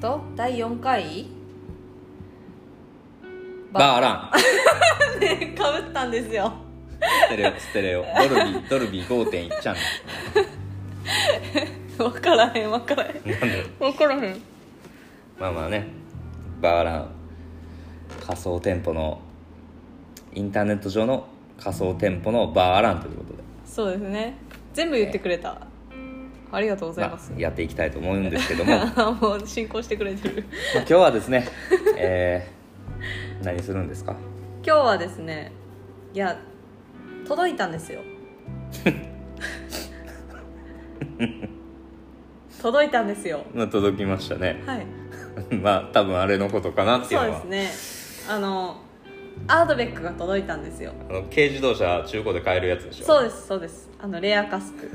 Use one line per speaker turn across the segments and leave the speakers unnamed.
と第4回
バーラ
ねかぶったんですよ
ンステレオステレオドルビードルビー5.1チャン
分からへん分からへん
ネルなんで
分からへん
まあまあねバーラン仮想店舗のインターネット上の仮想店舗のバーランということで
そうですね全部言ってくれたありがとうございます
まあやっていきたいと思うんです けどもまあ
もう進行してくれてる
今日はですね、えー何するんですか
今日はですねいや届いたんです よ届いたんですよ
まあ届きましたね
はい
まあ多分あれのことかなっていう
そう
の
で
は
すねあのアードベックが届いたんですよ
あの軽自動車中古で買えるやつでしょ
そうですそうですあのレアカスク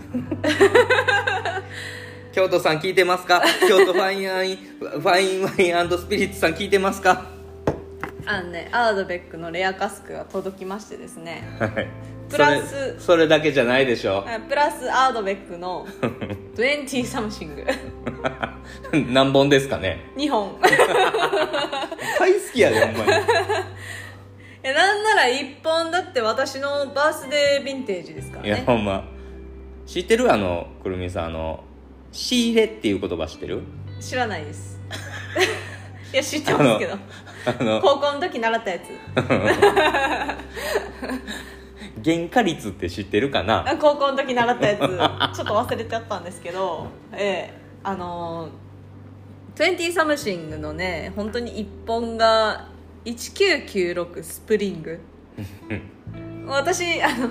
京都さん聞いてますか京都ファインアインファインワインスピリッツさん聞いてますか
あのねアードベックのレアカスクが届きましてですね
はい
プラス
それそれだけじゃないでしょ
あプラスアードベック の20サムシング
何本ですかね
2本
大好きやでほんまに
えなんなら1本だって私のバースデーヴィンテージですから
いや
ね
ほんま知ってるあのくるみさんあの仕入れっていう言葉知っ てる
知らないです いや知ってますけど
あの
高校の時習ったやつ
原価率って知ってるかな
あ高校の時習ったやつ ちょっと忘れちゃったんですけどええあのー20サムシングのね本当に1本が1996スプリン グ私あの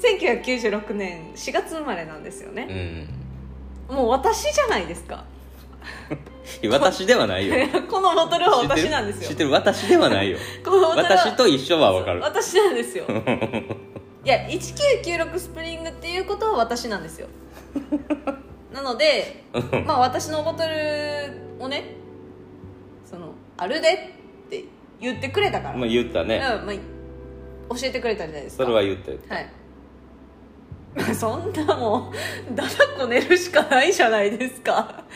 1996年4月生まれなんですよ
う
ね、
ん
もう私じゃないですか
私ではないよ
このボトルは
知って る
私なんですよ
知ってる私ではないよ
このボトルは
私と一緒はわかる
私なんですよいや1996スプリングっていうことは私なんですよなのでまあ私のボトルをねそのあるでって言ってくれたから、
まあ言ったね
うんまあ、教えてくれたじゃないです
そ
か
れは言ったよ
はい そんなもうだだこ寝るしかないじゃないですか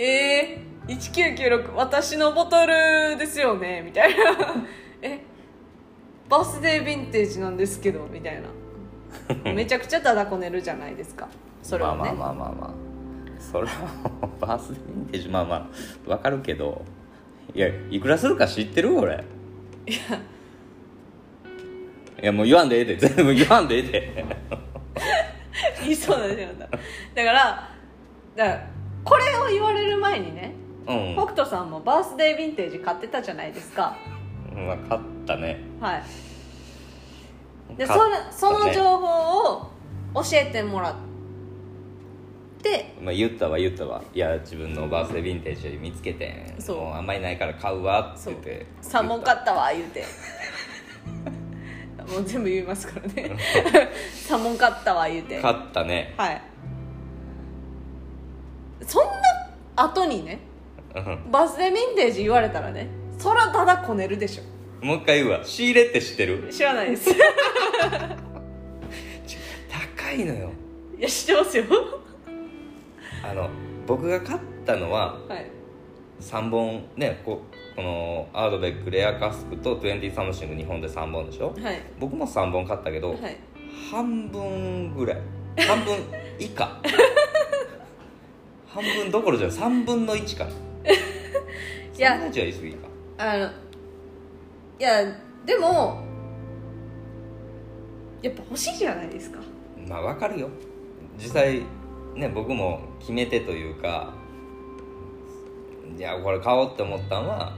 えー、1996私のボトルですよねみたいな えバースデーヴィンテージなんですけどみたいなめちゃくちゃだだこ寝るじゃないですかそれはね、
まあまあまあまあまあそれはバースデーヴィンテージまあまあわかるけどいやいくらするか知ってる俺いやいやもう言わんでええで全部言わんでええで
言い そうなんですよだからだからこれを言われる前にね
うん
北斗さんもバースデーヴィンテージ買ってたじゃないですか
まあ勝ったね
はいでそ
勝
の
ったね
その情報を教えてもらって
まあ、言ったわ言ったわいや自分のバースデーヴィンテージ見つけてん
そう
もうあんまりないから買うわって
そう
言って
「3本買ったわ」言うて もう全部言いますから ね「3本買ったわ」言うて
買ったね
はいそんな後にね
うん
バースデーヴィンテージ言われたらねそらただこねるでしょ
もう一回言うわ仕入れって知ってる
知らないです い
高いのよ
や知ってますよ
あの僕が買ったのは
はい
3本ねここのアードベックレアカスクと20サムシング日本で3本でしょ
はい
僕も3本買ったけど、
はい
半分ぐらい半分以 下半分どころじゃない3分の1かな
いや
そんなじゃ言い過ぎか
あのいやでもやっぱ欲しいじゃないですか
まあわかるよ実際ね僕も決め手というかいやこれ買おうって思ったのは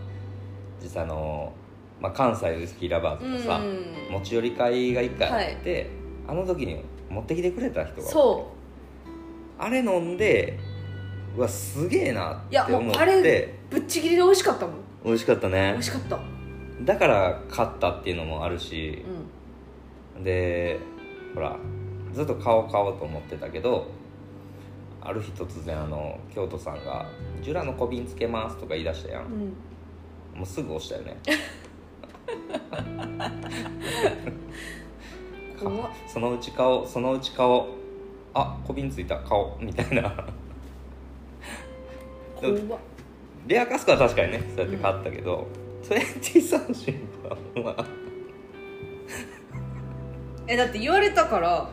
実際あの、まあ、関西ウイスキーラバーズのさ、
うん
持ち寄り会が1回あって、あの時に持ってきてくれた人が
そ
あれ飲んでうわすげえな
ういや
って
も
思
う
っ
あれ
て
ぶっちぎりで美味しかったもん
美味しかった
美
ね
味しかったうん
だから買ったっていうのもあるし、でほらずっと顔買おうと思ってたけどある日突然あの京都さんが「ジュラの小瓶つけます」とか言い出したやん
うん
もうすぐ押したよね
怖っ
そのうち顔そのうち顔あ小瓶ついた顔みたいな
怖っ
レアカスクは確かにねそうやって買ったけど、23シンプルはまあ
えだって言われたから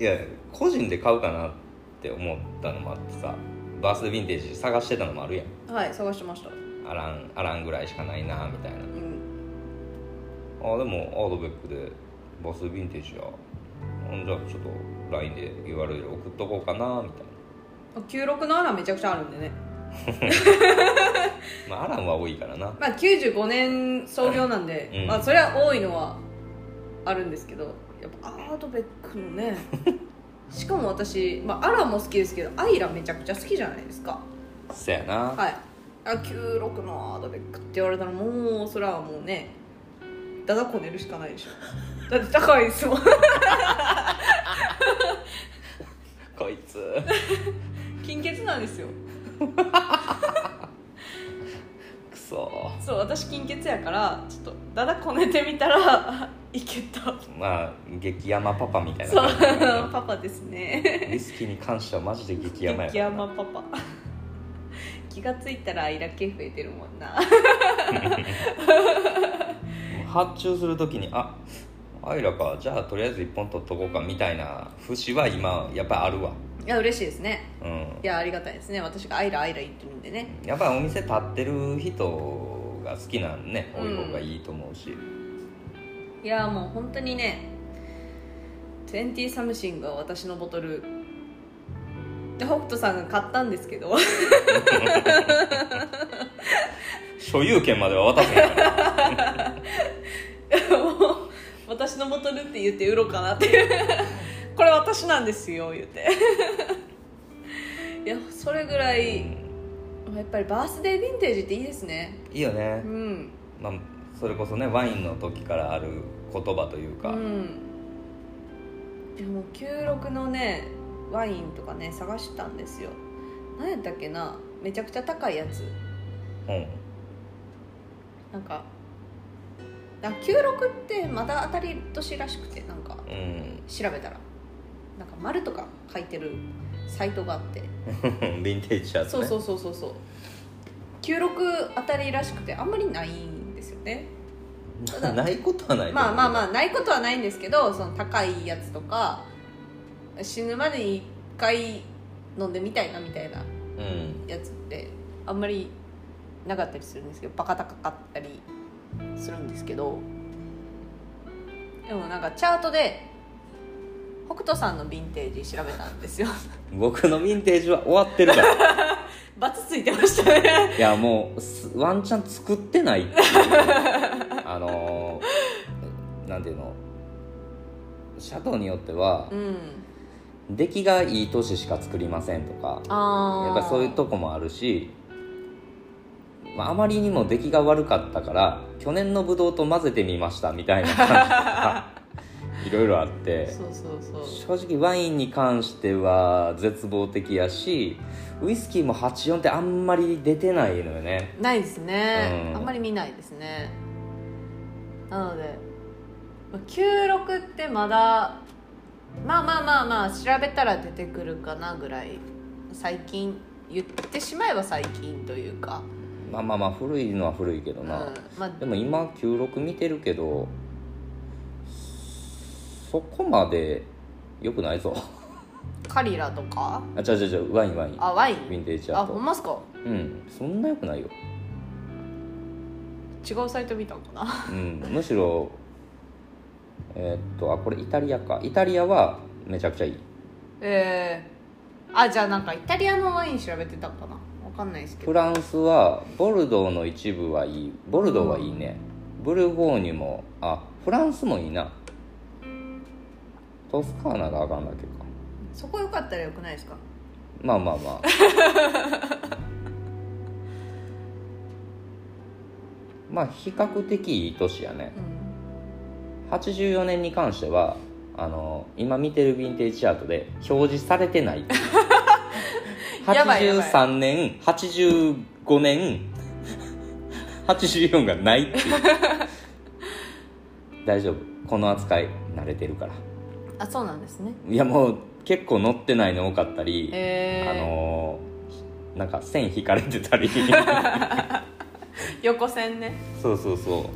いや個人で買うかなって思ったのもあってさバースデーヴィンテージ探してたのもあるやん
はい探してました
アランアランぐらいしかないなみたいな
うん
あでもアードベックでバースデーヴィンテージやうんじゃあちょっと LINE で URL 送っとこうかなみたい
96のアランめちゃくちゃあるんでね
なまあアランは多いからな
まあ95年創業なんで、
うん
まあそれは多いのはあるんですけどやっぱアードベックの ねしかも私、まあ、アランも好きですけどアイラめちゃくちゃ好きじゃないですか
そやな、
はいあ96のアードベックって言われたらもうそれはもうねだだこねるしかないでしょだって高いですもん
こいつ
金欠なんですよ
くそ
そう私金欠やからちょっとだだこねてみたら いけた
まあ激ヤマパパみたいな
そう
感じだよね
パパですね
ウイスキーに関してはマジで激ヤマや
激
からな
山パパ気がついたらアイラ系増えてるもんな
発注するときにあアイラかじゃあとりあえず1本取っとこうかみたいな節は今やっぱりあるわ
いや嬉しいですね
うん
いやありがたいですね私がアイラアイラ言ってるんでね
やっぱお店立ってる人が好きなんね多い方がいいと思うし、
いやもう本当にね20サムシングは私のボトルで北斗さんが買ったんですけど
所有権までは渡せへんから
私のボトルって言って売ろうかなっていうこれ私なんですよ言うていやそれぐらいやっぱりバースデーヴィンテージっていいですね
いいよね
う、ん
まあ、それこそねワインの時からある言葉というか、
うん、でも96のねワインとかね探したんですよ何やったっけなめちゃくちゃ高いやつ
うん
なんかあ96ってまだ当たり年らしくてなんか
うん
調べたらなんか丸とか書いてるサイトがあって
ヴィンテージやつ
そう
ね
そうそうそうそう96当たりらしくてあんまりないんですよねそうだ
ないことはないと思
まあ
う
まあまあないことはないんですけどその高いやつとか死ぬまでに1回飲んでみたいなみたいな
うん
やつってあんまりなかったりするんですけどバカ高かったりするんですけどでもなんかチャートで北斗さんのヴィンテージ調べたんですよ
僕のヴィンテージは終わってるから
バツついてましたね
いやもうすワンチャン作ってない っていうあのーなんていうのシャドウによっては
うん
出来がいい年しか作りませんとか
ああ
やっぱりそういうとこもあるし、まあ、あまりにも出来が悪かったから去年のブドウと混ぜてみましたみたいな感じとか いろいろあって
そうそうそう
正直ワインに関しては絶望的やしウイスキーも84ってあんまり出てないのよね
ないですね、
うん
あんまり見ないですねなのでまあ96ってまだまあまあまあまあ調べたら出てくるかなぐらい最近言ってしまえば最近というか、
まあまあまあ古いのは古いけど
うん
な、
まあ、
でも今96見てるけどそこまでよくないぞ
カリラとか
あ違う違う違うワインワイン
あワイ
ヴィ
ン
ンテージ
あ
ア
ほ
と
んますか
うんそんなよくないよ、
違うサイト見たんかな
うん、むしろえーっとあこれイタリアかイタリアはめちゃくちゃいい
ええあじゃあなんかイタリアのワイン調べてたんかなわかんないですけ
フ
ど
ランスはボルドーの一部はいいボルドーはいいね、ブルゴーニュもあフランスもいいなトスカーナがあかんだけか
そこよかったらよくないですか
まあま あまあまあ比較的いい年やね
うん
84年に関してはあの今見てるヴィンテージチャートで表示されてない
やばいやばい
83年85年84がないっ ていう大丈夫この扱い慣れてるから
あそうなんですね
いやもう結構乗ってないの多かったり、
ええ
あのなんか線引かれて たり
横線ね
そうそうそ
そ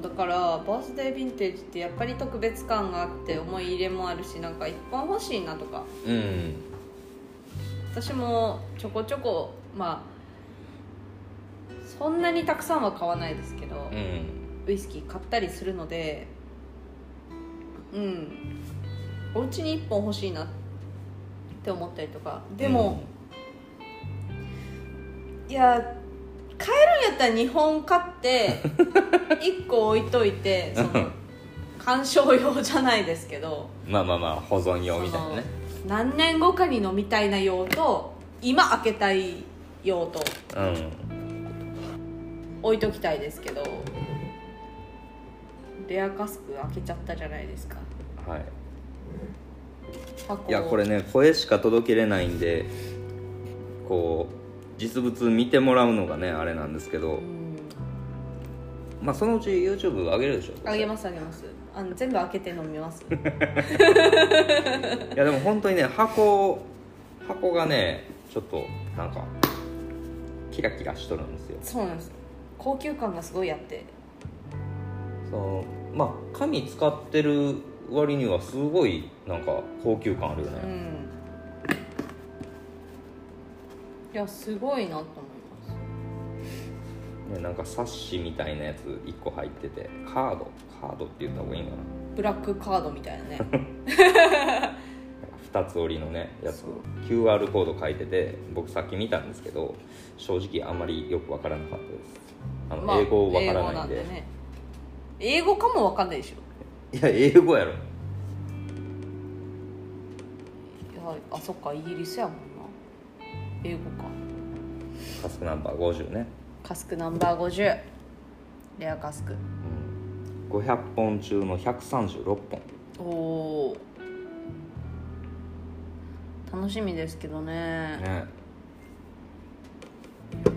うだからバースデーヴィンテージってやっぱり特別感があって思い入れもあるしなんか一本欲しいなとか
ううん
私もちょこちょこまあそんなにたくさんは買わないですけど、
うん
ウイスキー買ったりするのでうんお家に1本欲しいなって思ったりとかでも、いや買えるんやったら2本買って 1個置いといてその鑑賞用じゃないですけど
うんまあまあまあ保存用みたいなね
その何年後かに飲みたいな用と今開けたい用と
うん
置いときたいですけどレアカスク開けちゃったじゃないですか
はい
箱を
いやこれね声しか届けれないんでこう実物見てもらうのがねあれなんですけど
うん
まあそのうち YouTube 上げるでしょ
あげますあげますあの全部開けて飲みます
いやでも本当にね箱箱がねちょっとなんかキラキラしとるんですよ
そうなんです高級感がすごいあって
そのまあ紙使ってる割にはすごいなんか高級感あるよ
う
ね、
んいやすごいなと思います
ねなんか冊子みたいなやつ1個入っててカードカードって言った方がいいんかな
ブラックカードみたいなね
2つ折りのね やつ QR コード書いてて僕さっき見たんですけど正直あんまりよくわからなかったですあの、
まあ
英語わからないんで
英語ね英語かもわかんないでしょ
いや英語やろ
いやあそっかイギリスやもんな英語か
カスクナンバー50ね、
カスクナンバー50レアカスク
うん、500本中の136本
おお楽しみですけどね
ね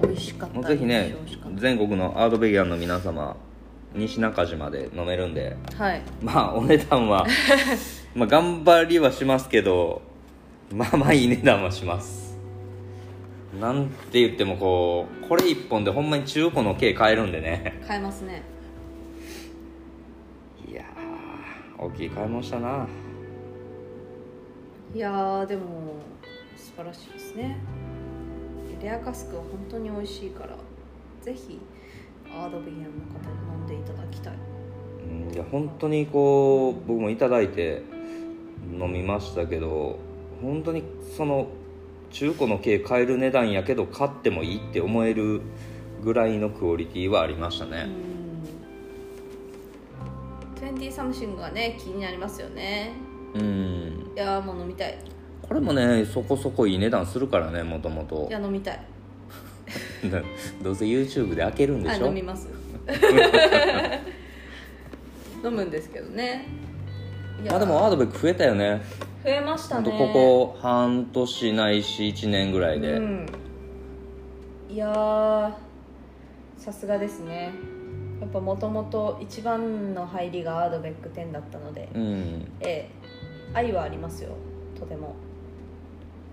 美味しかった
もう
です
ぜひね
美味しかっ
全国のアードベギアンの皆様西中島で飲めるんで
たはい
まあお値段 はまあ頑張りはしますけどまあまあいい値段はしますなんて言ってもこうこれ一本でほんまに中古の軽買えるんでね
買えますね
いやー大きい買い物したない
やーでも素晴らしいですねレアカスクは本当に美味しいからぜひアードビギアンの方に飲んでいただきたい
うんいや本当にこう僕もいただいて飲みましたけど本当にその中古の軽買える値段やけど買ってもいいって思えるぐらいのクオリティはありました
う
ね、
ん20サムシングはね気になりますよね
うん、
いやーもう飲みたい
これもねそこそこいい値段するからねもともと
いや飲みたい
どうせ YouTube で開けるんで
あ
しょ
飲みます 飲むんですけどねいやー
まあでもアードベック増えたよね
増えました
ほん
ね
とここ半年ないし1年ぐらいで、
うん、いやーさすがですねやっぱもともと一番の入りがアードベック10だったので、
うん
ええ愛はありますよとても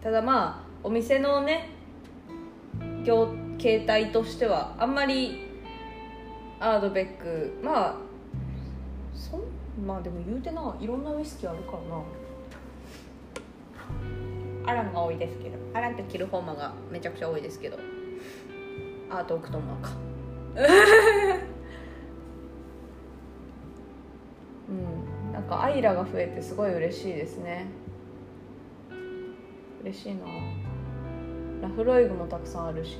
ただまあお店のね業形態としてはあんまりアードベックまあそんまあでも言うてないろんなウイスキーあるからなアランが多いですけどアランとキルフォーマがめちゃくちゃ多いですけどアートオクトマーかうんなんかアイラが増えてすごい嬉しいですね嬉しいなラフロイグもたくさんあるし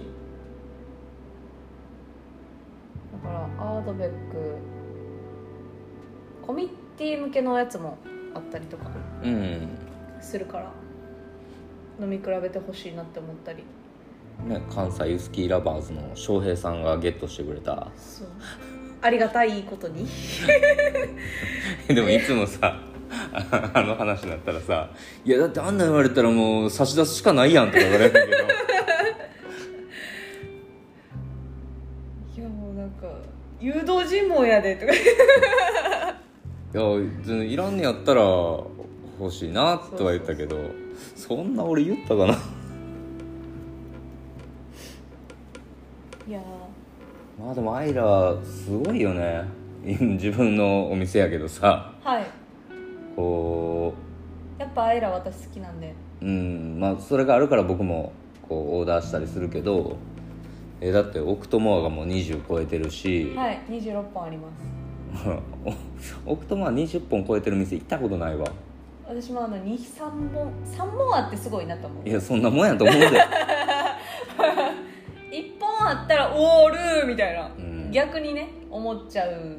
だからアードベックコミッティ向けのやつもあったりとか
うん
するから飲み比べてほしいなって思ったり
ね、関西ウスキーラバーズの翔平さんがゲットしてくれた
そうありがたいことに
でもいつもさ ああの話になったらさ「いやだってあんな言われたらもう差し出すしかないやん」とか言われるけど
いやもうなんか誘導尋問やでとか
いや全然いらんねやったら欲しいなとは言ったけどそんな俺言ったかな
いや
まあでもアイラすごいよね自分のお店やけどさ
ーはい
こ
やっぱアイラ私好きなんで
ううんまあそれがあるから僕もこうオーダーしたりするけどえだってオクトモアがもう20超えてるし、
はい26本あります
おオクトモア20本超えてる店行ったことないわ
私もあの23本3本あってすごいなと思う
いやそんなもんやと思う で
1本あったらオールみたいな、
ん
逆にね思っちゃう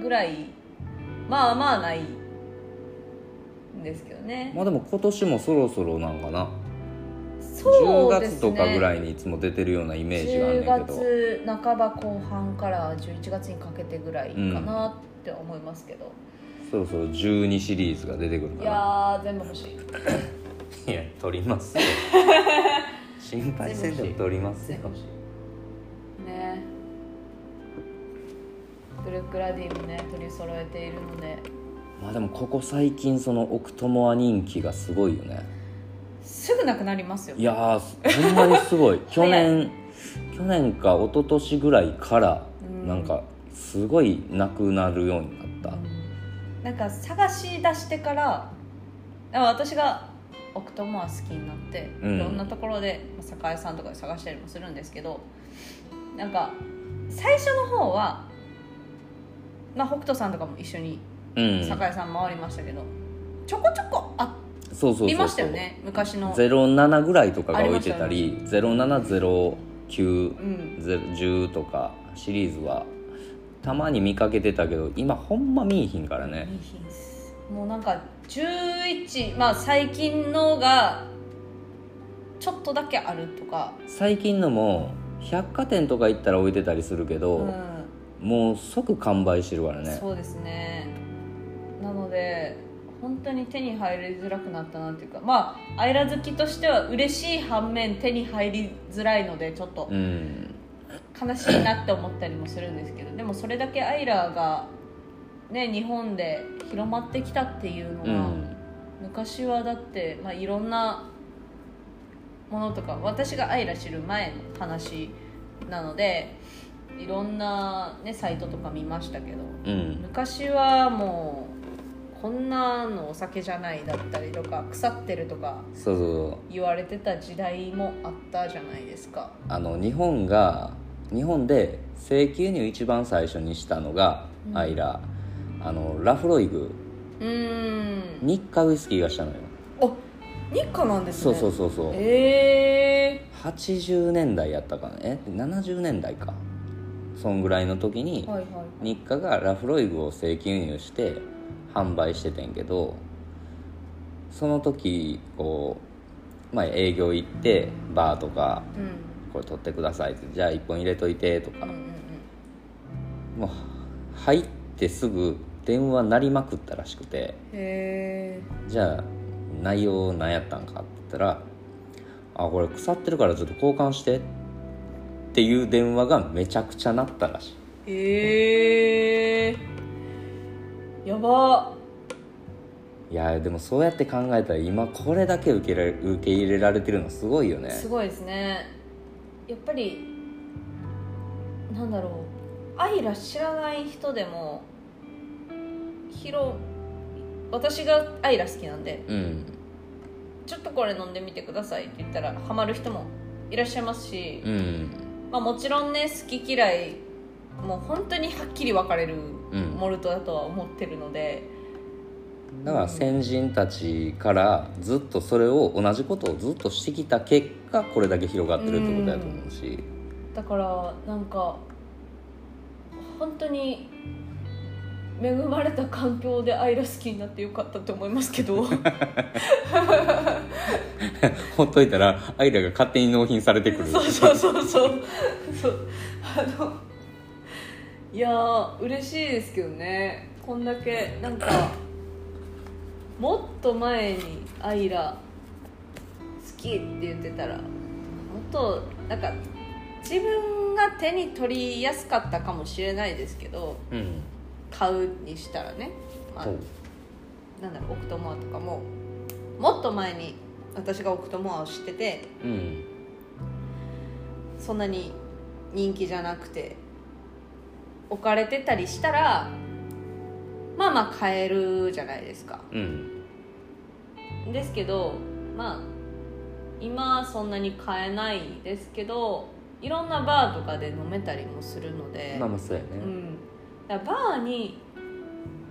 ぐらいまあまあないんですけどね
まあでも今年もそろそろなんかな、
そう
10
ですね
月とかぐらいにいつも出てるようなイメージがあんねんけど
10月半ば後半から11月にかけてぐらいかなって思いますけど、
そろそろ12シリーズが出てくる
い
かな
やー全部欲しい
いや取りますよ 心配せんでも取ります
全
よ
部欲しいねブルック・ラディもね取り揃えているので
まあでもここ最近そのオクトモア人気がすごいよね
すぐなくなりますよ
いやーほんまにす ごい去年去年か一昨年ぐらいから
うん
なんかすごいなくなるようになった、
なんか探し出してからだから私がオクトモア好きになって、
うん
いろんなところでまあ酒屋さんとかで探したりもするんですけどなんか最初の方は、まあ、北斗さんとかも一緒に
うん
酒屋さん回りましたけど、ちょこちょこあ
そうそうそうそう
りましたよね昔の、
07ぐらいとかが置いてた
あり
り0709
うん、
10とかシリーズはたまに見かけてたけど今ほんま見いひんからね
いい品っすもうなんか11まあ最近のがちょっとだけあるとか、
最近のも百貨店とか行ったら置いてたりするけど、
うん、
もう即完売してるからね
そうですねなので本当に手に入りづらくなったなっていうかまあアイラ好きとしては嬉しい反面手に入りづらいのでちょっと
うん
悲しいなって思ったりもするんですけどでもそれだけアイラがね日本で広まってきたっていうのは、
うん
昔はだって、まあ、いろんなものとか私がアイラ知る前の話なのでいろんな、ね、サイトとか見ましたけど
うん
昔はもうこんなのお酒じゃないだったりとか腐ってるとか
そうそうそう
言われてた時代もあったじゃないですか
あの日本が日本で正規輸入一番最初にしたのが、
うん
アイラあのラフロイグ
うーん
日課ウイスキーがしたのよ、
あ日課なんです
そ
ね
うそうそうそう
ええ
80年代やったかなえ70年代かそんぐらいの時に、
ー、はいはい
日課がラフロイグを正規輸入して販売しててんけどその時こう、まあ、営業行ってバーとか
うん
これ取ってくださいってじゃあ1本入れといてとか
うんうん
もう入ってすぐ電話鳴りまくったらしくて
うんへえ
じゃあ内容何やったんかって言ったら「あこれ腐ってるからちょっと交換して」っていう電話がめちゃくちゃなったらしい
ええー、やば
いやでもそうやって考えたら今これだけ受けられ受け入れられてるのすごいよね
すごいですねやっぱりなんだろうアイラ知らない人でも広私がアイラ好きなんで
うん
ちょっとこれ飲んでみてくださいって言ったらハマる人もいらっしゃいますし、
うん
まあ、もちろんね好き嫌いもう本当にはっきり分かれる
うん
モルトだとは思ってるので、
だから先人たちからずっとそれを同じことをずっとしてきた結果これだけ広がってるってことだと思うし
だからなんか本当に恵まれた環境でアイラ好きになってよかったと思いますけど
ほっといたらアイラが勝手に納品されてくる
そうそうそうそうそうあのいやー嬉しいですけどねこんだけなんかもっと前にアイラ好きって言ってたらもっとなんか自分が手に取りやすかったかもしれないですけど
うん
買うにしたらね、まあ
そう
なんだろうオクトモアとかももっと前に私が奥友は知ってて
うん
そんなに人気じゃなくて置かれてたりしたらまあまあ買えるじゃないですか
うん
ですけどまあ今そんなに買えないですけどいろんなバーとかで飲めたりもするので、
まあまあそうやね
うん、だからバーに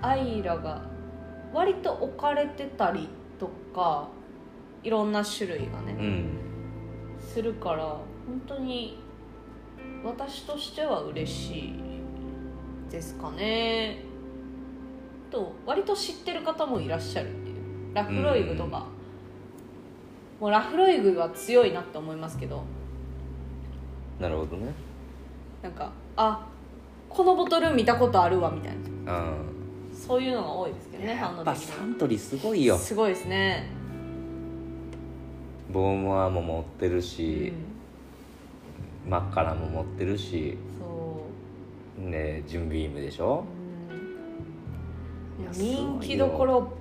アイラが割と置かれてたりとかいろんな種類がね、
うん
するから本当に私としては嬉しいですかねと割と知ってる方もいらっしゃるっていうラフロイグとか、もうラフロイグは強いなって思いますけど
なるほどね
なんかあこのボトル見たことあるわみたいな
あ
そういうのが多いですけど
あ
ね
や
反応
っ
で
ぱ
きる
サントリーすごいよ
すごいですね、
ボーモアも持ってる
う
し
ん、、
マッカラも持ってるし
そう
ねジュンビームでしょ
うん
いや
人気どころ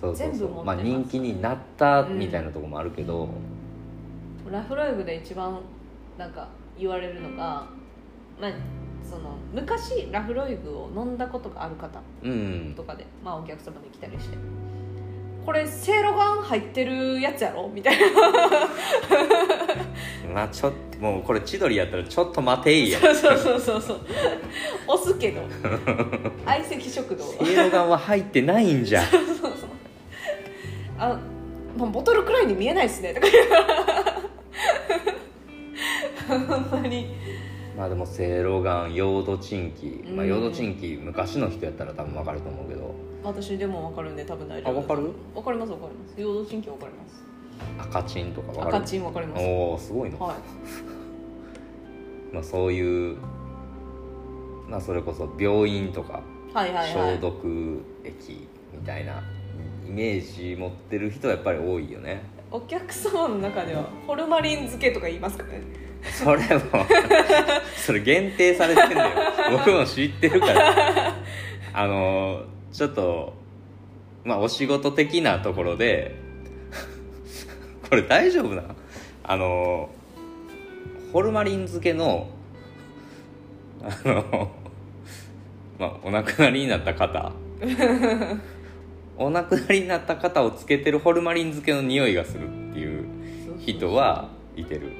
そうそう
全部
そ
持って
う
ま
ますあ人気になったみたいなとこもあるけど
ラフロイグで一番なんか言われるのが、まあ、その昔ラフロイグを飲んだことがある方
うん
とかで、まあ、お客様で来たりして「これセいろがん入ってるやつやろ?」みたいな
まあちょっともうこれ千鳥やったらちょっと待ていや
そうそうそうそう そう押すけど相席食堂
イエロガンは入ってないん じゃ
あもうボトルくらいに見えないです ねとか言うほんまに
まあでもセイロガンヨードチンキまあ
うん
ヨードチンキ昔の人やったら多分分かると思うけど
私でも分かるんで多分大丈夫
あわかる
分かります分かります陽動神経分かります
赤チンとか分かる
赤チン分かります
おおすごいな、
はい
まあ、そういう、まあ、それこそ病院とか
はいはいは
消
い
毒液みたいなイメージ持ってる人はやっぱり多いよね
お客様の中ではホルマリン漬けとか言いますかね
それもそれ限定されてんだよ僕も知ってるからあのちょっとまあお仕事的なところでこれ大丈夫なあのホルマリン漬けのあのまあお亡くなりになった方お亡くなりになった方をつけてるホルマリン漬けの匂いがするっていう人はいてる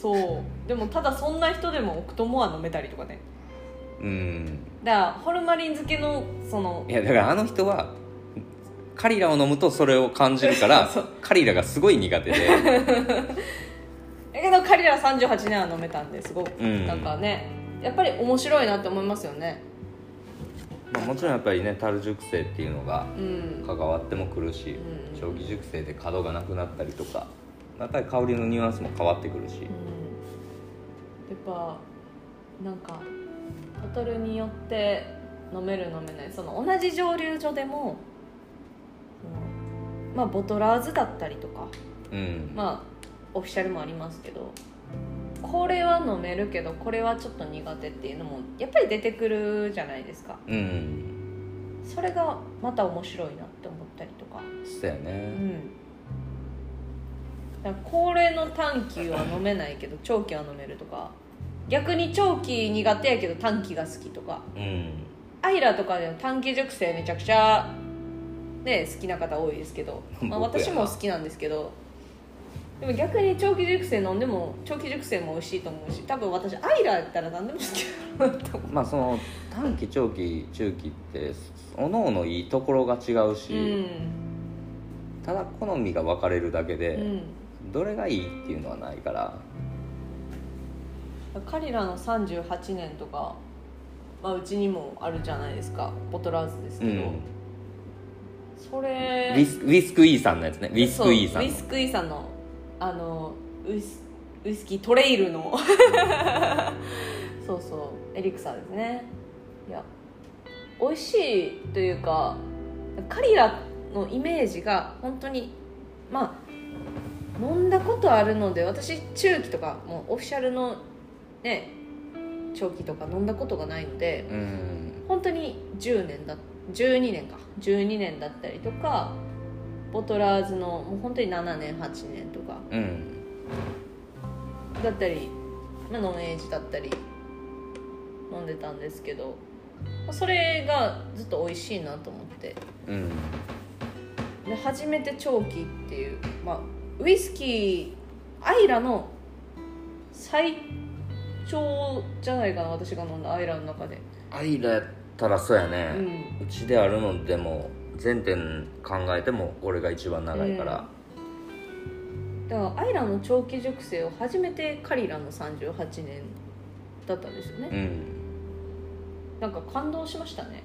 そうでもただそんな人でもオクトモア飲めたりとかね
うん
だからホルマリン漬けのその
いやだからあの人はカリラを飲むとそれを感じるから
そうそう
カリラがすごい苦 手で
だけどカリラ38年は飲めたんですごく、
うん
なんかねやっぱり面白いなって思いますよね
まあもちろんやっぱりね樽熟成っていうのが
うん
関わってもくるし
うん
長期熟成で角がなくなったりとかやっぱり香りのニュアンスも変わってくるし
うんやっぱなんかボトルによって飲める飲めないその同じ蒸留所でも、うんまあボトラーズだったりとか
うん、
まあオフィシャルもありますけどこれは飲めるけどこれはちょっと苦手っていうのもやっぱり出てくるじゃないですか
うん
それがまた面白いなって思ったりとか
そうや
う
ね
んだから高齢の短期は飲めないけど長期は飲めるとか逆に長期苦手やけど短期が好きとか
うん
アイラとかでも短期熟成めちゃくちゃね好きな方多いですけど、まあ、
僕や
私も好きなんですけどでも逆に長期熟成飲んでも長期熟成も美味しいと思うし多分私アイラやったら何でも好きだなと思
まあその短期長期中期っておのおのいいところが違う
う、
し、
うん
ただ好みが分かれるだけ
う
で、
ん、
どれがいいっていうのはないから
カリラの38年とか、まあ、うちにもあるじゃないですかボトラーズですけど、
うん
それ
ウィスウィスクイーさんのやつねウィスクイーさ
そうウ
ん
ィスクイーさんのあのウイスウイスキートレイルの そうそうエリクサーですねいや美味しいというかカリラのイメージが本当にまあ飲んだことあるので私中期とかもうオフィシャルのね長期とか飲んだことがないので
のうん
本当に10年だ12年か12年だったりとかボトラーズのもう本当に7年8年とか
うん
だったり、まあ、ノンエイジだったり飲んでたんですけどまあそれがずっと美味しいなと思って
うん
で初めて長期っていう、まあ、ウイスキーアイラの最長じゃないかな私が飲んだアイラの中で、
アイラやったらそうや
う
ね、
ん、
うちであるのでも全店考えても俺が一番長いから、
だからアイラの長期熟成を初めてカリラの38年だったんですよね、
うん
なんか感動しましたね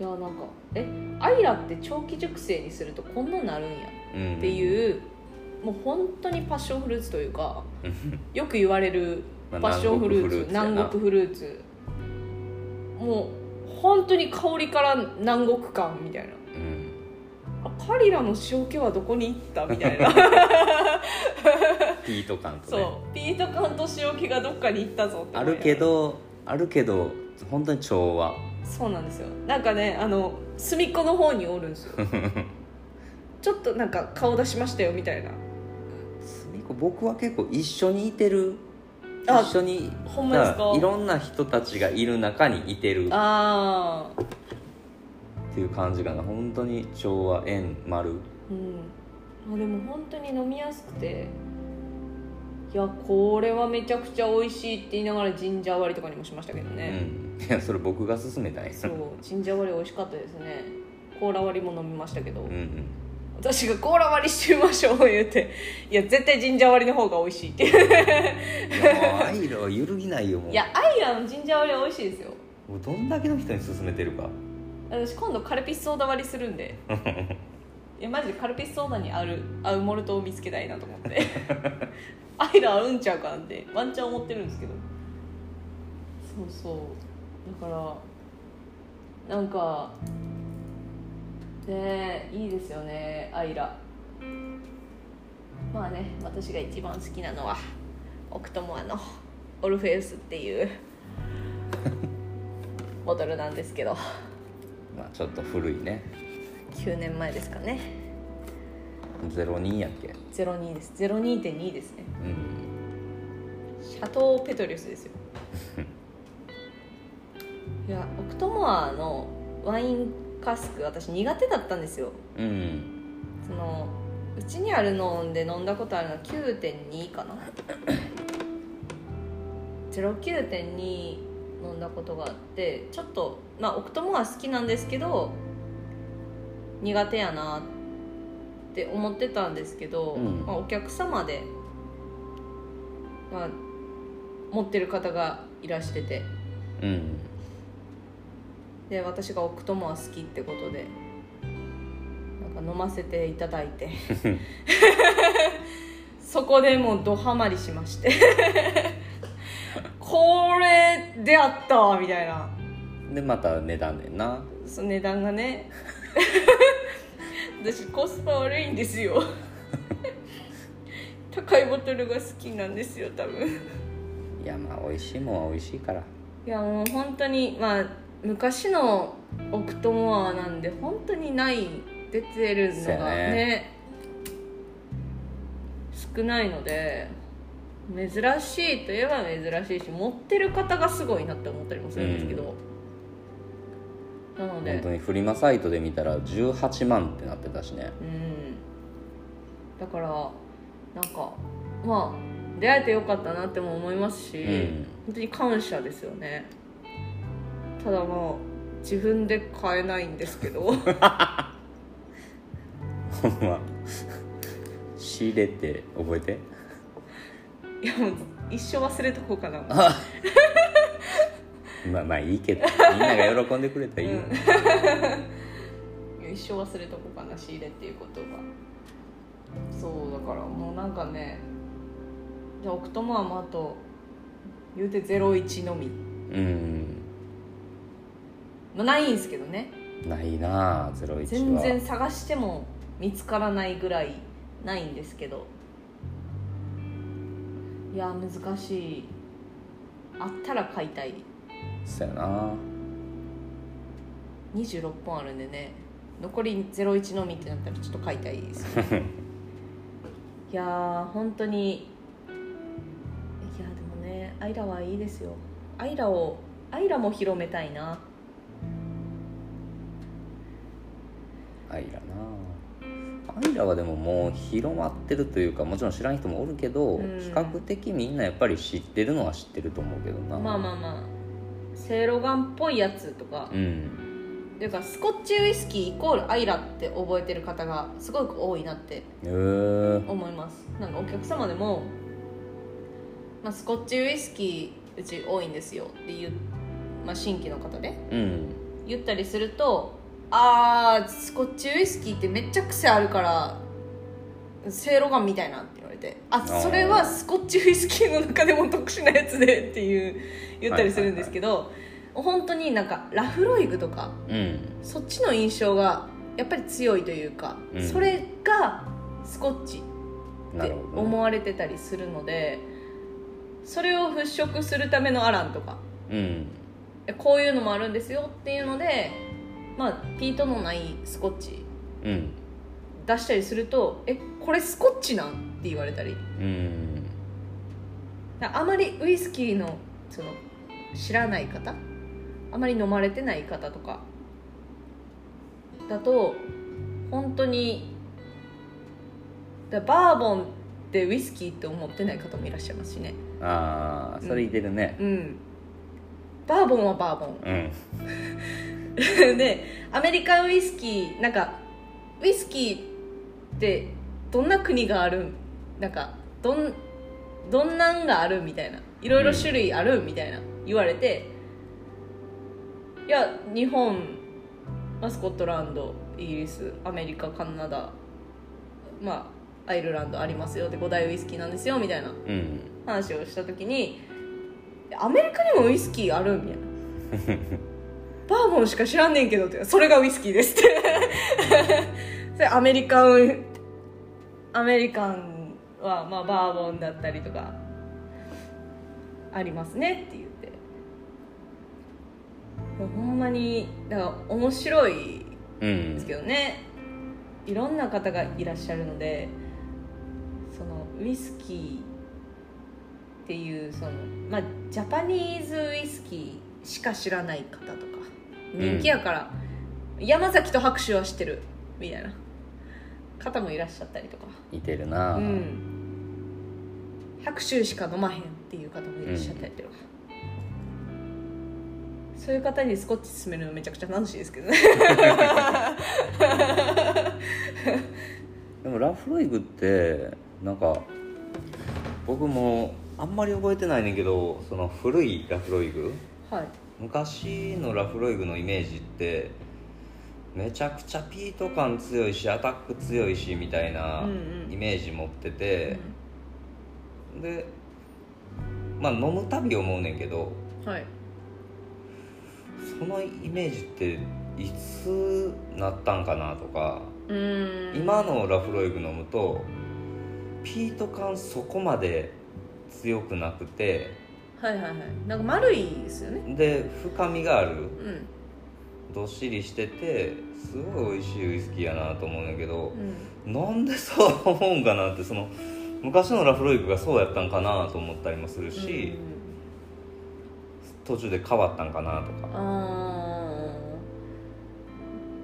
いやなんかえアイラって長期熟成にするとこんなになるんや
うん
っていう、もう本当にパッションフルーツというかよく言われる
まあ
パッションフルーツ
南
南
国
国
フ
フルーツもう本当に香りから南国感みたいな
うん
あカリラの塩気はどこに行ったみたいな
ピート感とね
そうピート缶と塩気がどっかに行ったぞって
あ
思いながら
るけどあるけど本当に調和
そうなんですよなんかねあの隅っこの方におるんです よちょっとなんか顔出しましたよみたいな
僕は結構一緒にいてる
あ
一緒に
ほんまですか
いろんな人たちがいる中にいてる
ああ
っていう感じかな本当に調和円丸
うんあでも本当に飲みやすくていやこれはめちゃくちゃ美味しいって言いながらジンジャー割りとかにもしましたけど
う
ね、
んいやそれ僕が勧めたんや
そうジンジャー割り美味しかったですねコーラ割りも飲みましたけど、
うんうん
私がコーラ割りしてみましょう言うていや絶対ジンジャー割りの方が美味しいって
いやもうアイラは揺るぎないよもう
いやアイラのジンジャー割りは美味しいですよ
もうどんだけの人に勧めてるか
私今度カルピスソーダ割りするんでいやマジでカルピスソーダに合う合うモルトを見つけたいなと思ってアイラ合うんちゃうかなってワンチャン思ってるんですけどそうそうだからなんかねえいいですよねアイラまあね私が一番好きなのは奥友アのオルフェウスっていうボトルなんですけど
まあちょっと古いね
9年前ですかね
02やっけ
02です02.2ですね
うん
シャトーペトリウスですよいやオクトモアのワインカスク私苦手だったんですよ
うん
そのうちにあるので飲んだことあるのは9.2かな 09.2飲んだことがあってちょっとまあオクトモア好きなんですけど苦手やなって思ってたんですけど、
うん
まあ、お客様で、まあ、持ってる方がいらしてて
うん
で私がオクトモア好きってことでなんか飲ませていただいてそこでもうドハマりしましてこれであったわみたいな
でまた値段ねんな
その値段がね 私コスパ悪いんですよ高いボトルが好きなんですよ多分
いやまあ美味しいもんは美味しいから
いやもう本当にまあ昔のオクトモアなんで本当にない出てるの
そう
が
や
ね
ね
少ないので珍しいといえば珍しいし持ってる方がすごいなって思ったりもするんですけど、なの
本当
で
にフリマサイトで見たら18万ってなってたしね
うんだからなんかまあ出会えてよかったなっても思いますし、
うん
本当に感謝ですよねただまあ自分で買えないんですけど
ほん ま仕入れて覚えて
いやもう一生忘れとこうかな
まあまあいいけどみんなが喜んでくれたらいいよ、ね
いや一生忘れとこうかな仕入れっていうことがそうだからもうなんかねじゃあ奥友はもうあと言うて01のみ、
うん、
まあ、ないんですけどね
ないなあ01は
全然探しても見つからないぐらいないんですけどいや難しいあったら買いたい
そうやな
26本あるんでね残り01のみってなったらちょっと買いたいですねいやー本当にいやでもねアイラはいいですよアイラをアイラも広めたいな
アイラなアイラはでももう広まってるというかもちろん知らん人もおるけど、
うん
比較的みんなやっぱり知ってるのは知ってると思うけどな
まあまあまあセいろがんっぽいやつとか
うん
ていうかスコッチウイスキーイコールアイラって覚えてる方がすごく多いなって
へえー、
思いますなんかお客様でも、まあ、スコッチウイスキーうち多いんですよっていう、まあ、新規の方で
うん
言ったりするとあースコッチウイスキーってめっちゃ癖あるからせいろがんみたいなって言われてあ
ー
それはスコッチウイスキーの中でも特殊なやつでっていう言ったりするんですけど、本当になんかラフロイグとか
うん
そっちの印象がやっぱり強いというか、
うん
それがスコッチっ
な
て
るほど、
思われてたりするのでそれを払拭するためのアランとか
うん
こういうのもあるんですよっていうので、まあ、ピートのないスコッチ
うん
出したりすると「えこれスコッチなん?」って言われたり
うん
だからあまりウイスキーのその知らない方あまり飲まれてない方とかだと本当にだからバーボンってウイスキーって思ってない方もいらっしゃいますしね
ああそれいけるね
うんバーボンはバーボン
う ん
でアメリカンウイスキーなんかウイスキーってどんな国があるなんかどんどんなんがあるみたいないろいろ種類あるみたいな言われて、いや日本、まあ、スコットランドイギリスアメリカカナダまあアイルランドありますよって5大ウイスキーなんですよみたいな
うん
話をした時に「アメリカにもウイスキーある?」みたいな「バーボンしか知らんねんけど」って「それがウイスキーです」って それアメリカンアメリカンは、まあ、バーボンだったりとかありますねって言ってでもほんまにだから面白い
うん
ですけどねいろんな方がいらっしゃるのでそのウイスキーっていうその、まあ、ジャパニーズウイスキーしか知らない方とか人気やから、山崎と拍手はしてるみたいな方もいらっしゃったりとか、
いてるな、
うん、拍手しか飲まへんっていう方もいらっしゃったりとか。そういう方にスコッチ勧めるのめちゃくちゃ楽しいですけどね。
でもラフロイグってなんか僕もあんまり覚えてないねんけどその古いラフロイグ
はい。
昔のラフロイグのイメージってめちゃくちゃピート感強いしアタック強いしみたいな
うんうん
イメージ持ってて、でまあ飲むたび思うねんけど
はい。
そのイメージっていつなったんかなとか
うーん。
今のラフロイグ飲むとピート感そこまで強くなくて
はいはいはい。なんか丸いですよね。
で深みがある
うん。
どっしりしててすごい美味しいウイスキーやなと思うんだけど
うん。
なんでそう思うんかなってその昔のラフロイグがそうやったんかなと思ったりもするし、途中で変わったんかなと
うん、
か
あ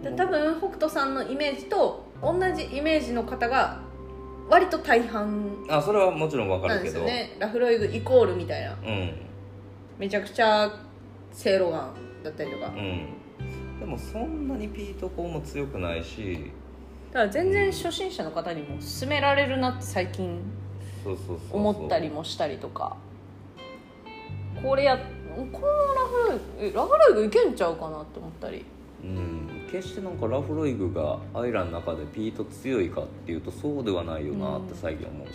ーで多分北斗さんのイメージと同じイメージの方が割と大半
あそれはもちろんわか
な
る
ん
け
ですよ
ど
ね。ラフロイグイコールみたいな。めちゃくちゃセいろがんだったりとか。
うんうんでもそんなにピート感も強くないし
だから全然初心者の方にも勧められるなって最近
そうそうそうそう
思ったりもしたりとかこれやこのラフロイグラフロイグいけんちゃうかなって思ったり
うん、決してなんかラフロイグがアイラの中でピート強いかっていうとそうではないよなって最近思うし、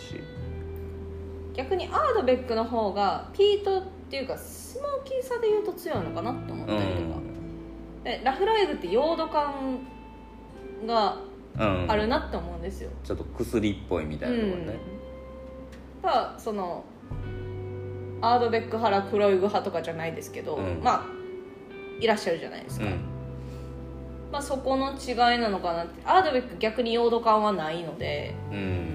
逆にアードベックの方がピートっていうかスモーキーさで言うと強いのかなって思っ
う
た
ん
りとか、でラフロイグってヨード感が
うん
あるなって思うんですよ、
ちょっと薬っぽいみたいなとこね、
ただそのアードベック派ラフロイグ派とかじゃないですけど、
うん
まあいらっしゃるじゃないです
う
か、
ん
まあ、そこの違いなのかなってアードベック逆に用土感はないので
うん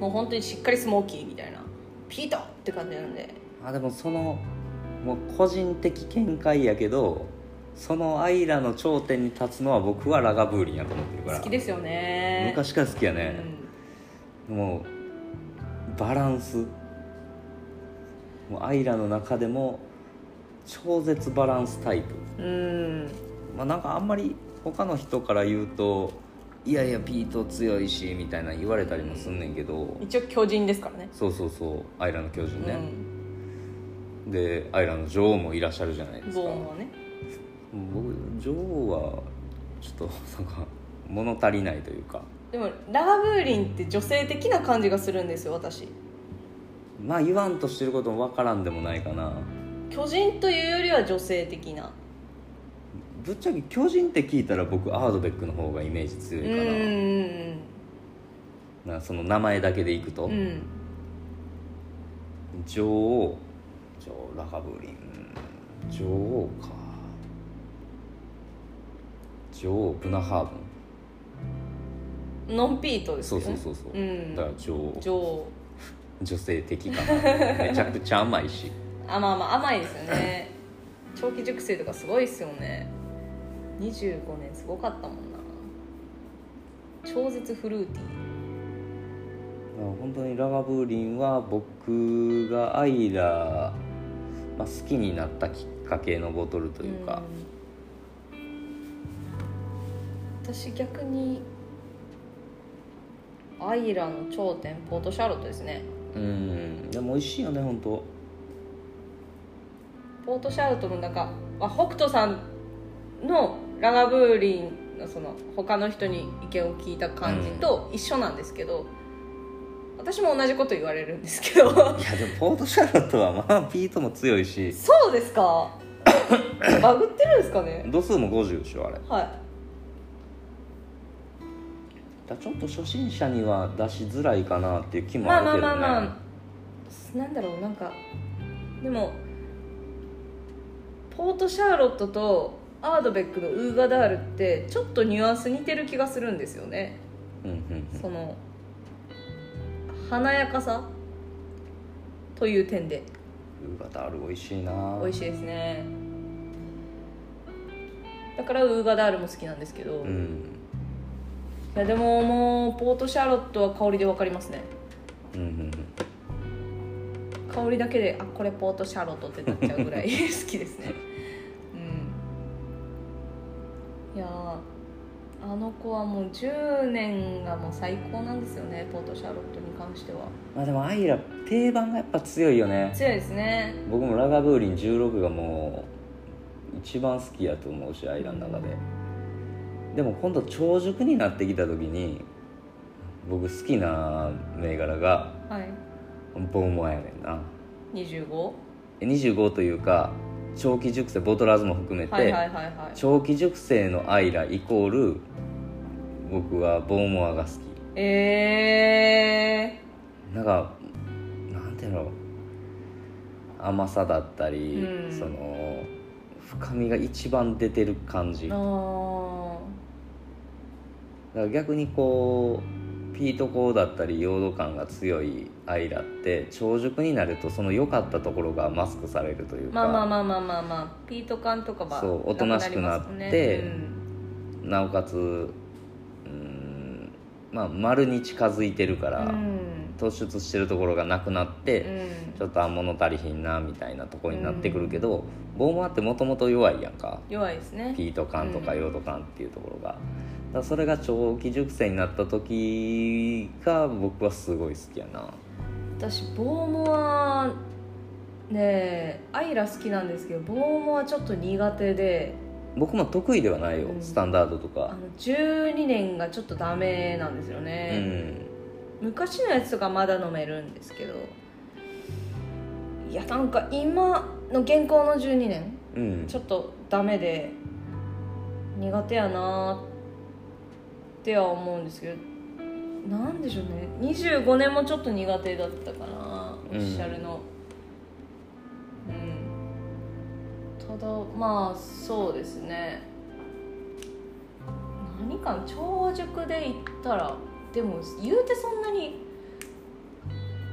もう本当にしっかりスモーキーみたいなピートって感じなんで
あでもそのもう個人的見解やけどそのアイラの頂点に立つのは僕はラガブーリンやと思ってるから
好きですよね
昔から好きや
う
ね、
ん
もうバランスもうアイラの中でも超絶バランスタイ
う
プ
ん
まあ、なんかあんまり他の人から言うと「いやいやピート強いし」みたいな言われたりもすんねんけど
一応巨人ですからね
そうそうそうアイラの巨人ね、でアイラの女王もいらっしゃるじゃないで
うん、
すか
ボーンはね
僕女王はちょっとなんか物足りないというか
でもラガブーリンって女性的な感じがするんですよ私
まあ言わんとしてることもわからんでもないかな
巨人というよりは女性的な
ぶっちゃけ巨人って聞いたら僕アードベックの方がイメージ強
う
いかな,、
ん
なその名前だけでいくと、
うん
女王女王ラガブリン女王か女王ブナハーブン
ノンピートです
そ
よ
う
ね
そうそうそ
う
う、
ん
だから女王
女王
女性的かなめちゃくちゃ甘いし
あまあまあ甘いですよね長期熟成とかすごいですよね25年すごかったもんな超絶フルーティ
本当にラガブリンは僕がアイラ、まあ、好きになったきっかけのボトルと
ー
いうか、
うん私逆にアイラの頂点ポートシャーロットですね
うんでも美味しいよね本当
ポートシャーロットもなんか、まあ、北斗さんのラガブーリンのその他の人に意見を聞いた感じと一緒なんですけど、私も同じこと言われるんですけど
いやでもポートシャーロットはまあピートも強い し
そうですか バグってるんですかね
度数も50でしょあれ
はい
だちょっと初心者には出しづらいかなっていう気も
ま
あ
あ
る
まあ
けどね、
まあまあなんだろうなんかでもポートシャーロットとアードベックのウーガダールってちょっとニュアンス似てる気がするんですよね
うんうん
その華やかさという点で
うんウーガダール美味しいな
美味しいですねだからウーガダールも好きなんですけど、
う
い
ん、
やでももうポートシャーロットは香りで分かりますね
うんうんうん、
香りだけであこれポートシャーロットってなっちゃうぐらい 好きですねうんいやーあの子はもう10年がもう最高なんですよねポートシャーロットに関しては
まあでもアイラ定番がやっぱ強いよね
強いですね
僕もラガブーリン16がもう一番好きやと思うしアイラの中ででも今度長熟になってきた時に僕好きな銘柄が
はい
ボンモアやねんな
25?
25というか長期熟成ボトラーズも含めて、
はいはいはいはい
長期熟成のアイライコール僕はボーモアが好き
え
なんかなんていうの甘さだったり、
うん
その深みが一番出てる感じ
ー、
だか
あ
ら逆にこうピートコだったり溶土感が強いアイラって長熟になるとその良かったところがマスクされるという
ー
か、
まあまあまあまあまあまあピート感とかは
そうおとなしくなって
くりますね
なおかつうーんまあ丸に近づいてるから、
うん
突出してるところがなくなって、
うん
ちょっとあ物足りひんなみたいなところになってくるけど、ボーマーってもともと弱いやんか
弱いですね
ピート感とか
うん
ヨード感っていうところが、だからそれが長期熟成になった時が僕はすごい好きやな
私ボーモアねえアイラ好きなんですけどボーモアちょっと苦手で
僕も得意ではないよ、
うん
スタンダードと
あ
か
の12年がちょっとダメなんですよ
う
ね、
ん
昔のやつとかまだ飲めるんですけどいやなんか今の現行の12年
うん
ちょっとダメで苦手やなっては思うんですけどなんでしょうね25年もちょっと苦手だったかなオ
うん
フィシャルのうん、ただまあそうですねみかん長熟でいったらでも言うてそんなに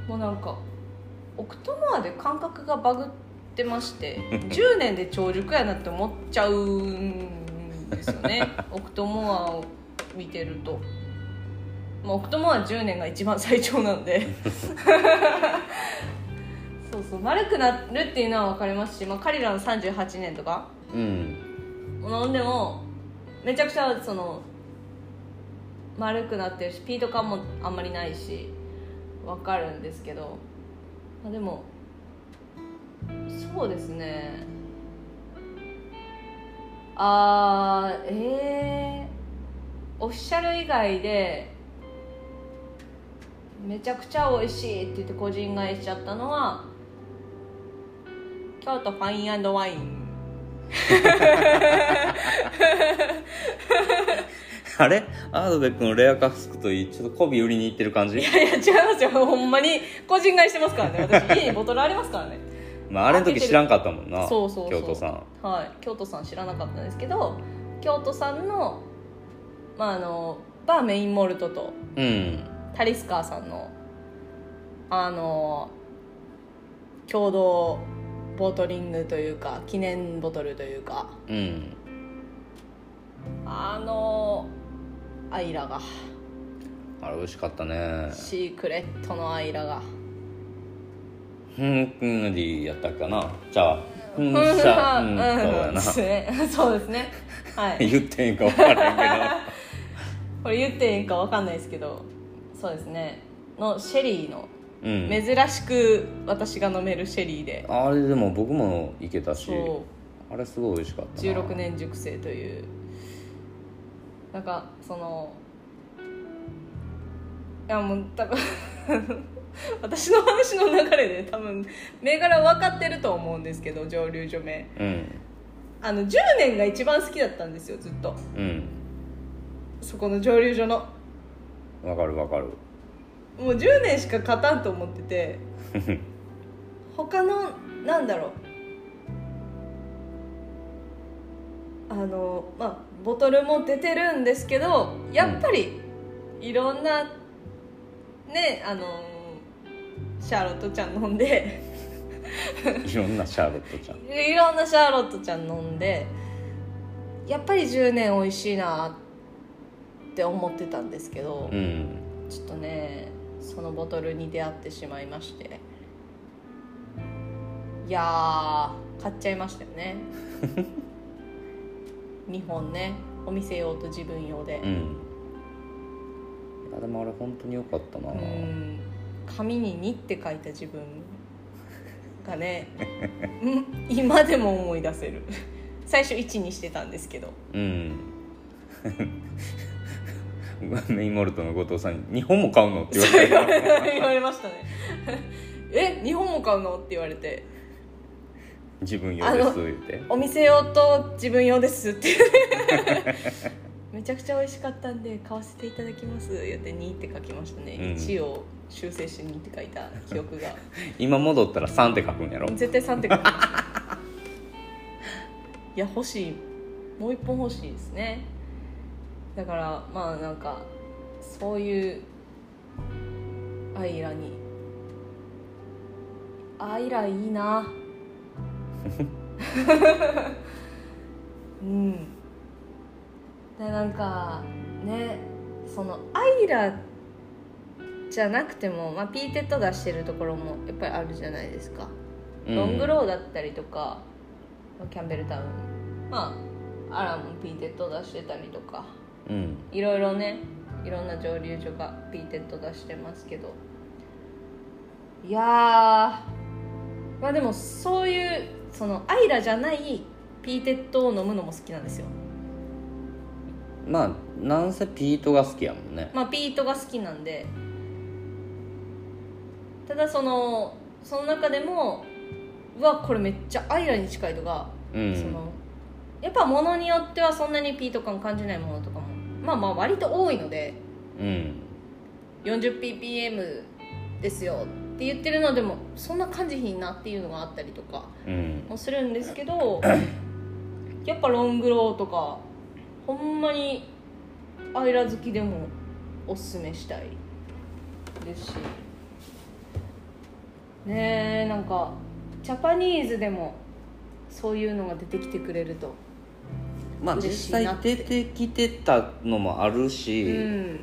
もうなんかオクトモアで感覚がバグってまして10年で長熟やなって思っちゃうんですよねオクトモアを見てると。まあ、オクトモア10年が一番最長なんでそうそう丸くなるっていうのは分かりますし、まあ、彼らの38年とか
うん
飲んでもめちゃくちゃその丸くなってるしピート感もあんまりないしわかるんですけど、まあ、でもそうですねあーえー、オフィシャル以外でめちゃくちゃ美味しいって言って個人買いしちゃったのは京都ファインワイン
あれアードベックのレアカフスクといいちょっと媚び売りに行ってる感 じ
いやいや違いますよほんまに個人買いしてます からね私家にボトルありますからね
まああれの時知らんかったもんな
そうそうそう
京都さん
はい京都さん知らなかったんですけど京都さんの,、まああのバーメインモルトと
うん
タリスカーさんのあの共同ボトリングというか記念ボトルというか
うん
あのアイラが
あれ美味しかったね
シークレットのアイラが
ふんふんりやったっかなじゃあふんし
うん
ゃうんそうやな
ですねそうですねはい
言っていいか分からんけ
これ言っていいんかわかんないですけどそうですねのシェリーの
どうん
珍しく私が飲めるシェリーで、
あれでも僕も行けたし
そ
あれすごい美味しかっ
う
たな
16年熟成というなんかそのいやもう多分 私の話の流れで多分銘柄分かってると思うんですけど蒸留所名
うん
あの10年が一番好きだったんですよずっと
うん
そこの蒸留所の
わかるわかる
もう10年しか勝たんと思ってて他のなんだろうあのまあボトルも出てるんですけどやっぱりいろんなねあのシャーロットちゃん飲んで
いろんなシャーロットちゃん
いろんなシャーロットちゃん飲んでやっぱり10年美味しいなって思ってたんですけど、
うん
ちょっとねそのボトルに出会ってしまいましていやー買っちゃいましたよ ね2本ねお店用と自分用で
うんいやでもあれ本当に良かったな
うーん紙に「2」って書いた自分がね うん今でも思い出せる最初1にしてたんですけど
うん メインモルトの後藤さんに「日本も買うの?」って言われて
言われ 言われましたね え日本も買うのって言われて
自分用です言って
お店用と自分用ですって めちゃくちゃ美味しかったんで買わせていただきます言って2って書きましたね、
うん
1を修正して2って書いた記憶が
今戻ったら「3」って書くんやろ
絶対3って書きま したいや欲しいもう1本欲しいですねだからまあなんかそういうアイラにアイラいい なうんでなんかねそのアイラじゃなくても、まあ、ピーテッド出してるところもやっぱりあるじゃないですか、ロングローだったりとかまあキャンベルタウンまあアラもピーテッド出してたりとか
うんうん
いろいろねいろんな蒸留所がピーテッド出してますけどいやーまあでもそういうそのアイラじゃないピーテッドを飲むのも好きなんですよ
まあなんせピートが好きやもんね
まあ、ピートが好きなんでただそのその中でもうわこれめっちゃアイラに近いとか、
う
そ
ん
のやっぱ物によってはそんなにピート感感じないものとかもまあまあ割と多いので
うん
40ppm ですよって言ってるのでもそんな感じひんなっていうのがあったりとか
うん
もするんです けどやっぱロングローとかほんまにアイラ好きでもおすすめしたいですしねえなんかジャパニーズでもそういうのが出てきてくれると
まあ
嬉
実
しいな
際
って
出てきてたのもあるし、
うん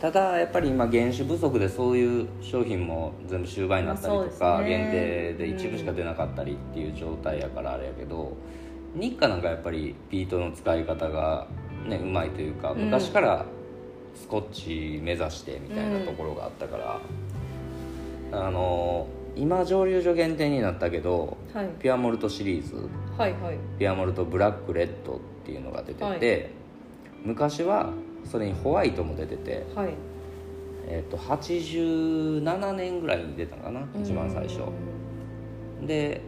ただやっぱり今原酒不足でそういう商品も全部終売になったりと
まあそう
か、
ですね
限定で一部しか出なかったりっていう状態やからあれやけど、日課なんかやっぱりビートの使い方がねうまいというか
うん
昔からスコッチ目指してみたいなところがあったから、あの今蒸留所限定になったけど
はい
ピュアモルトシリーズ
はいはい
ピュアモルトブラックレッドっていうのが出てて、
は
昔はそれにホワイトも出てて。
はい
えっと87年ぐらいに出たのかな一番最初で、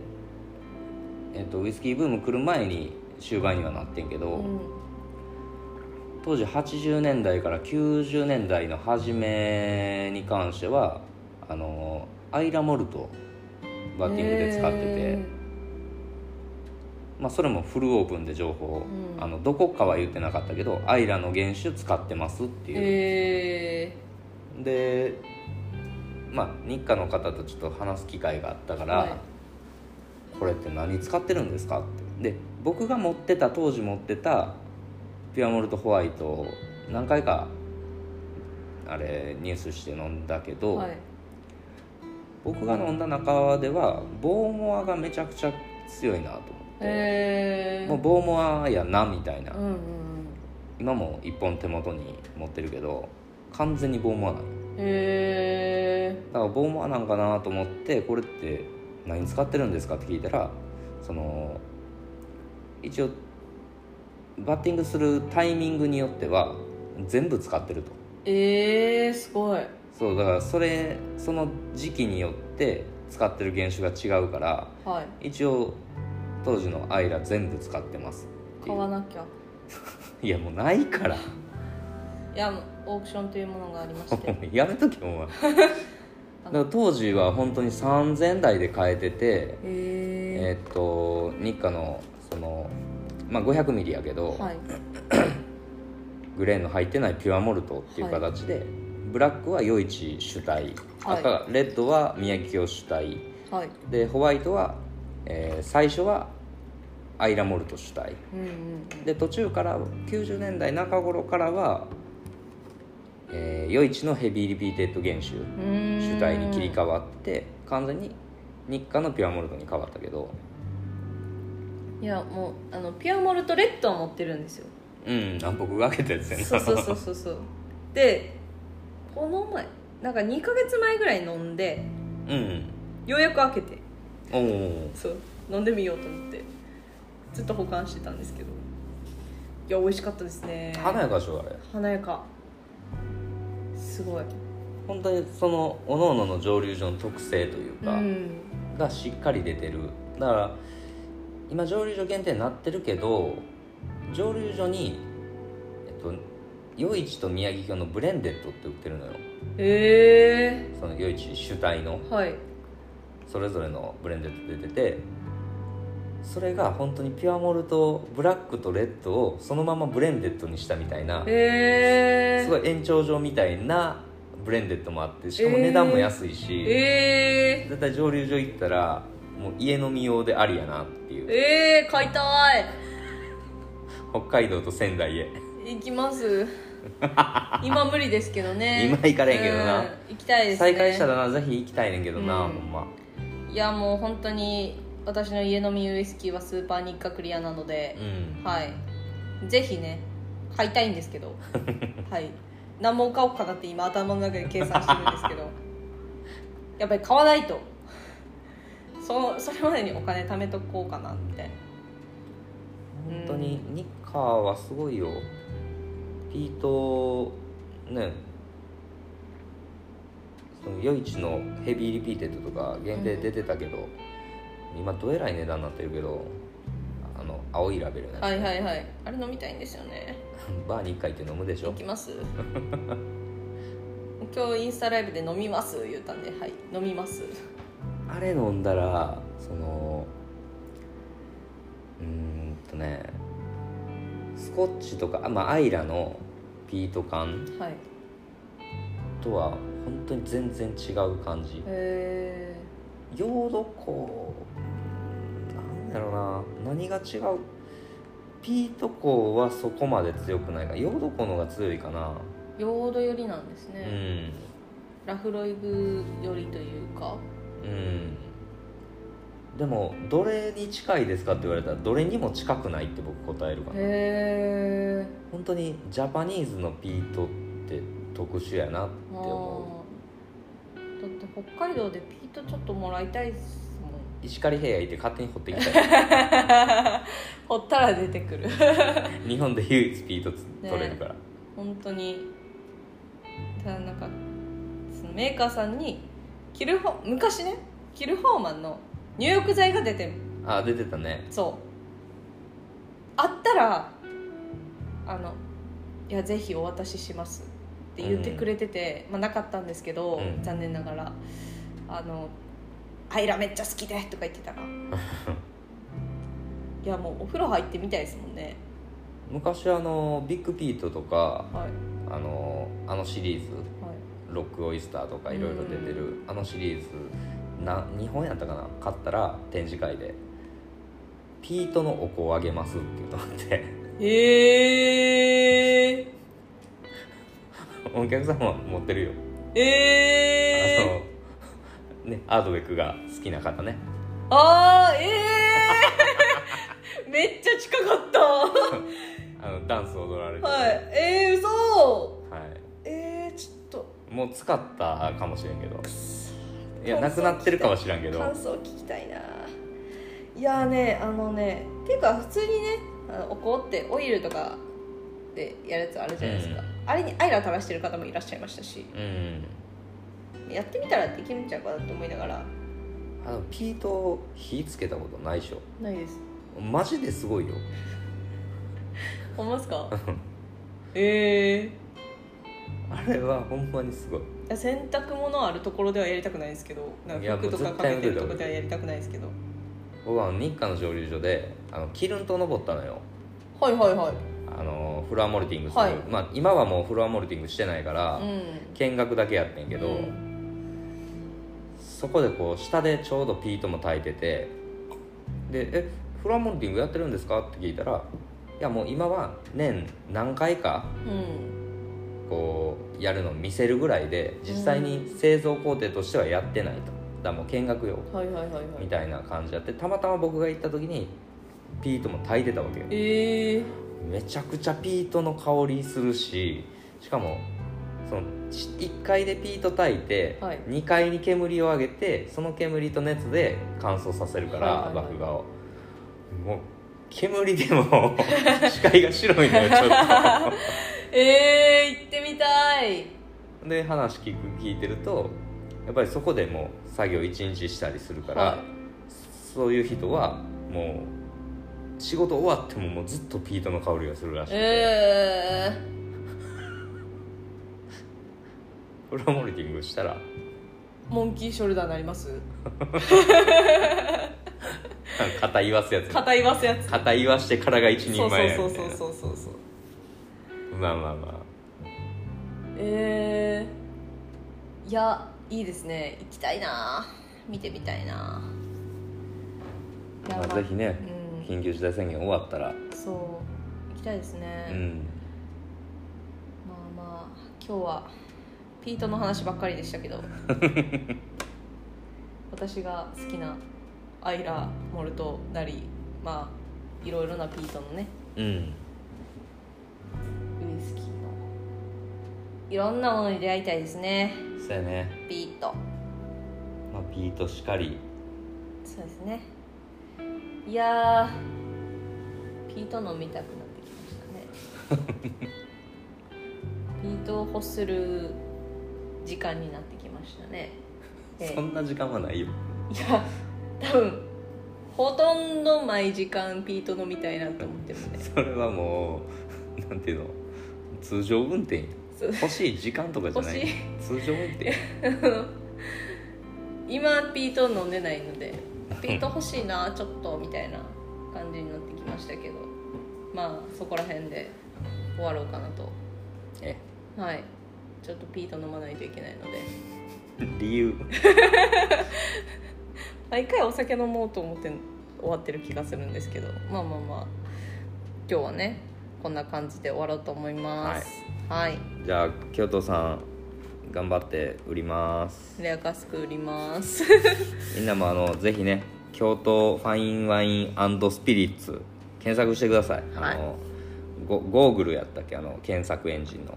えっとウイスキーブーム来る前に終盤にはなってんけど、
うん
当時80年代から90年代の初めに関してはあのアイラモルトをバッティングで使ってて、
へ
まあ、それもフルオープンで情報を、
うん
あのどこかは言ってなかったけどアイラの原酒使ってますって
え
い
へ
う、でまあ日課の方とちょっと話す機会があったから、
はい
これって何使ってるんですかってで僕が持ってた当時持ってたピュアモルトホワイトを何回かあれニュースして飲んだけ
え
ど、
はい
僕が飲んだ中ではボーモアがめちゃくちゃ強いなと思って、
へえ
もうボーモアやなみたいな、
うんうん
今も1本手元に持ってるけど完全にボーモアなの
うんへ
だからボーマーなんかなと思ってこれって何使ってるんですかって聞いたらその一応バッティングするタイミングによっては全部使ってると
えええすごい
そうだからそれその時期によって使ってる原種が違うから
はい
一応当時のアイラ全部使ってますってい
買
う
わなきゃ
いやもうないから
いやもうオークションというものがありまし
も
て
うやめとけお前だから当時は本当に3000台で買えてて
へ
えーっと日課のその、まあ、500ミリやけど、
えはい
グレーンの入ってないピュアモルトっていう形で、ブラックは余市主体、
はい
赤レッドは宮城京主体
はい
でホワイトは、えー最初はアイラモルト主体
うんうん
で途中から90年代中頃からは、えー、余市のヘビーリピーテッド原酒
うーん
主体に切り替わって完全に日課のピュアモルトに変わったけど
いやもうあのピュアモルトレッドは持ってるんですよ
うん南北がけたやつやな
そうそうそうそうそうでこの前なんか2ヶ月前ぐらい飲んで
うん
ようやく開けて
おお
そう飲んでみようと思ってずっと保管してたんですけどいや美味しかったですね
華やかでしょあれ
華やかすごい
本当にそのおののの蒸留所の特性という
う
か、
ん
がしっかり出てるだから今蒸留所限定になってるけど蒸留所にえっと余市と宮城京のブレンデッドって売ってるのよ
え
その余市主体の
ー、はい
それぞれのブレンデッド出ててそれが本当にピュアモルトブラックとレッドをそのままブレンデッドにしたみたいな
えー、
すごい延長上みたいなブレンデッドもあってしかも値段も安いし、
え
絶対蒸留所行ったらもう家飲み用でありやなってい
ー、
う
えー、買いた
北海道と仙台へ
い行きます 今無理ですけどね
今行かれへんけどな
うん行きたいですね
再開したらなぜひ行きたいねんけどな、
うん
ほんま
いやもう本当に私の家飲みウイスキーはスーパー日課クリアなので
う、ん
はいぜひね買いたいんですけ どはい何本買おうかなって今頭の中で計算してるんですけどやっぱり買わないとそのそれまでにお金貯めとこうかなみたいな
本当にニッカーはすごいよピートねその夜市のヘビーリピーテッドとか限定出てたけど、今どえらい値段になってるけどあの青いラベルのやつ
はいはいはいあれ飲みたいんですよね
バーに1回って飲むでし
行
ょ
きます 今日インスタライブで飲みます言ったんではい飲みます
あれ飲んだらそのうーんとねスコッチとかあまあアイラのピート感
はい
とは本当に全然違う感じ
へ
ヨードコなんだろうな何が違うピートコはそこまで強くないかヨードコの方が強いかな
えヨード寄りなんです
う
ね、
ん
ラフロイグ寄りというか
うんでもどれに近いですかって言われたらどれにも近くないって僕答えるかな
へえ
本当にジャパニーズのピートって特殊やなって
あ
思
ーだって北海道でピートちょっともらいたいっすもん
う石狩平野行って勝手に掘ってきたり
ほったら出てくる
日本で唯一ピートつ取れるから、
本当にただなんかそのメーカーさんにキルホ昔ねキルホーマンの入浴剤が出てる
あ出てたね
そうあったらあのいやぜひお渡ししますって言ってくれてて、まあ、なかったんですけど、
うん
残念ながらあの「アイラめっちゃ好きで」とか言って たらいやもうお風呂入ってみたいですもんね
昔あのビッグピートとか
はい
あのあのシリーズ
はい
ロックオイスターとかいろいろ出てるあのシリーズな日本やったかな買ったら展示会で「ピートのお香をあげます」って言うと思って
ええ
お客様持ってるよ
ー、えー、
あのねアードウェックが好きな方ね
あーえ えー、めっちゃ近かった
あのダンス踊られてる
はいえー、嘘
はい
えー、ちょっ
もう使ったかもしれんけどいやなくなってるかもしれんけ
と
ど
感想聞きたいないやーねあのねっていうか普通にねあのお香ってオイルとかでやるやつあるじゃないですか、
う
あれにアイラ垂らしてる方もいらっしゃいましたし
うん
やってみたらできるんちゃうかなと思いながら
あのピート火つけたことないでしょ
ないです
マジですごいよ
思います かええー
あれはほんまにすごい
いや洗濯物あるところではやりたくないですけどなん
い
か
や
服と
も
か
う絶
か
対
けてると
無理だ
こではやりたくないですけど
僕はあの日韓の蒸留所であのキルント登ったのよ
はいはいはい
あのフロアモルティングする、
はい
まあ、今はもうフロアモルティングしてないから、
うん
見学だけやってんけど、
うん
そこでこう下でちょうどピートも炊いててで「えフロアモルティングやってるんですか?」って聞いたら「いやもう今は年何回か
うん
こうやるのを見せるぐらいで実際に製造工程としてはやってないと」だからもう見学用
はいはいはいは
み
い
たいな感じやってたまたま僕が行った時にピートも炊いてたわけよ
ええ
めちゃくちゃピートの香りするししかもそのち1階でピート炊いて、
はい
2階に煙を上げてその煙と熱で乾燥させるから、
はいはいはい
麦芽をもう煙でも 視界が白いのよちょっ
ええ行ってみたい
とで話聞く聞いてるとやっぱりそこでもう作業1日したりするから、
はい
そういう人はもう仕事終わってももうずっとピートの香りがするらしくて、
え
フロアモルティングした
え
ら
モンキーショルダーなります
肩言わすやつ
肩言わすやつ
肩言わしてからが一
そ
人
う
前や
そう
みた
そ
いうな
そうそうそう
まあまあま
ええいやいいですね行きたいな見てみたいな
あ、まあ、ぜひね
うん
緊急事態宣言終わったら
そう行きたいですね、
うん
まあまあ今日はピートの話ばっかりでしたけど私が好きなアイラモルトなりまあいろいろなピートのね
うん
ウイスキーのいろんなものに出会いたいですね
そうやね、
ピート
まあ、ビートしかり
そうですねいやーピート飲みたくなってきましたねピートを欲する時間になってきましたね、えー
そんな時間はないよ
いや多分ほとんど毎時間ピート飲みたいなと思ってるね
それはもうなんていうの通常運転や
そう
欲しい時間とかじゃない
欲し
通常運 転
今ピート飲んでないのでピート欲しいなちょっとみたいな感じになってきましたけどまあそこら辺で終わろうかなと
え
はいちょっとピート飲まないといけないので
理由
毎回お酒飲もうと思って終わってる気がするんですけどまあまあまあ今日はねこんな感じで終わろうと思いますはい、
じゃあ京都さん頑張って売ります
レアカスク売ります
みんなもあのぜひね京都ファインワインスピリッツ検索してください、
はい
あのゴゴーグルやったっけあの検索エンジンの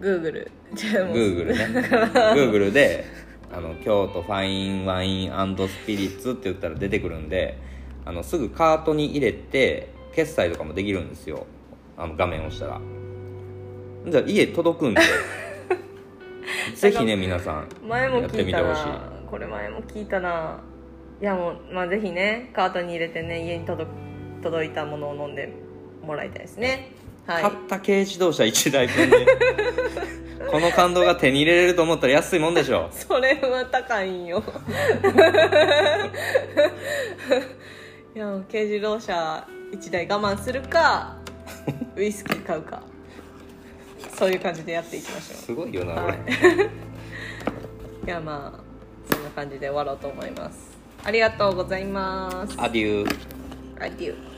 Google じゃあもう
Google ね Google であの京都ファインワインスピリッツって言ったら出てくるんであのすぐカートに入れて決済とかもできるんですよあの画面を押したらじゃあ家届 くんでぜひね皆さん
前も
やって
聞い
み
た
てほしい
なこれ前も聞いたないやもうまあぜひねカートに入れてね家に届く届いたものを飲んでもらいたいですねはい
買った軽自動車1台 分でこの感動が手に入れれると思ったら安いもんでしょ
それは高いん よいや軽自動車1台我慢するかウイスキー買うかそういう感じでやっていきましょ
すごいよな
は
俺
い ういやまあそんな感じで終わろうと思いますありがとうございます
アデュー
Adieu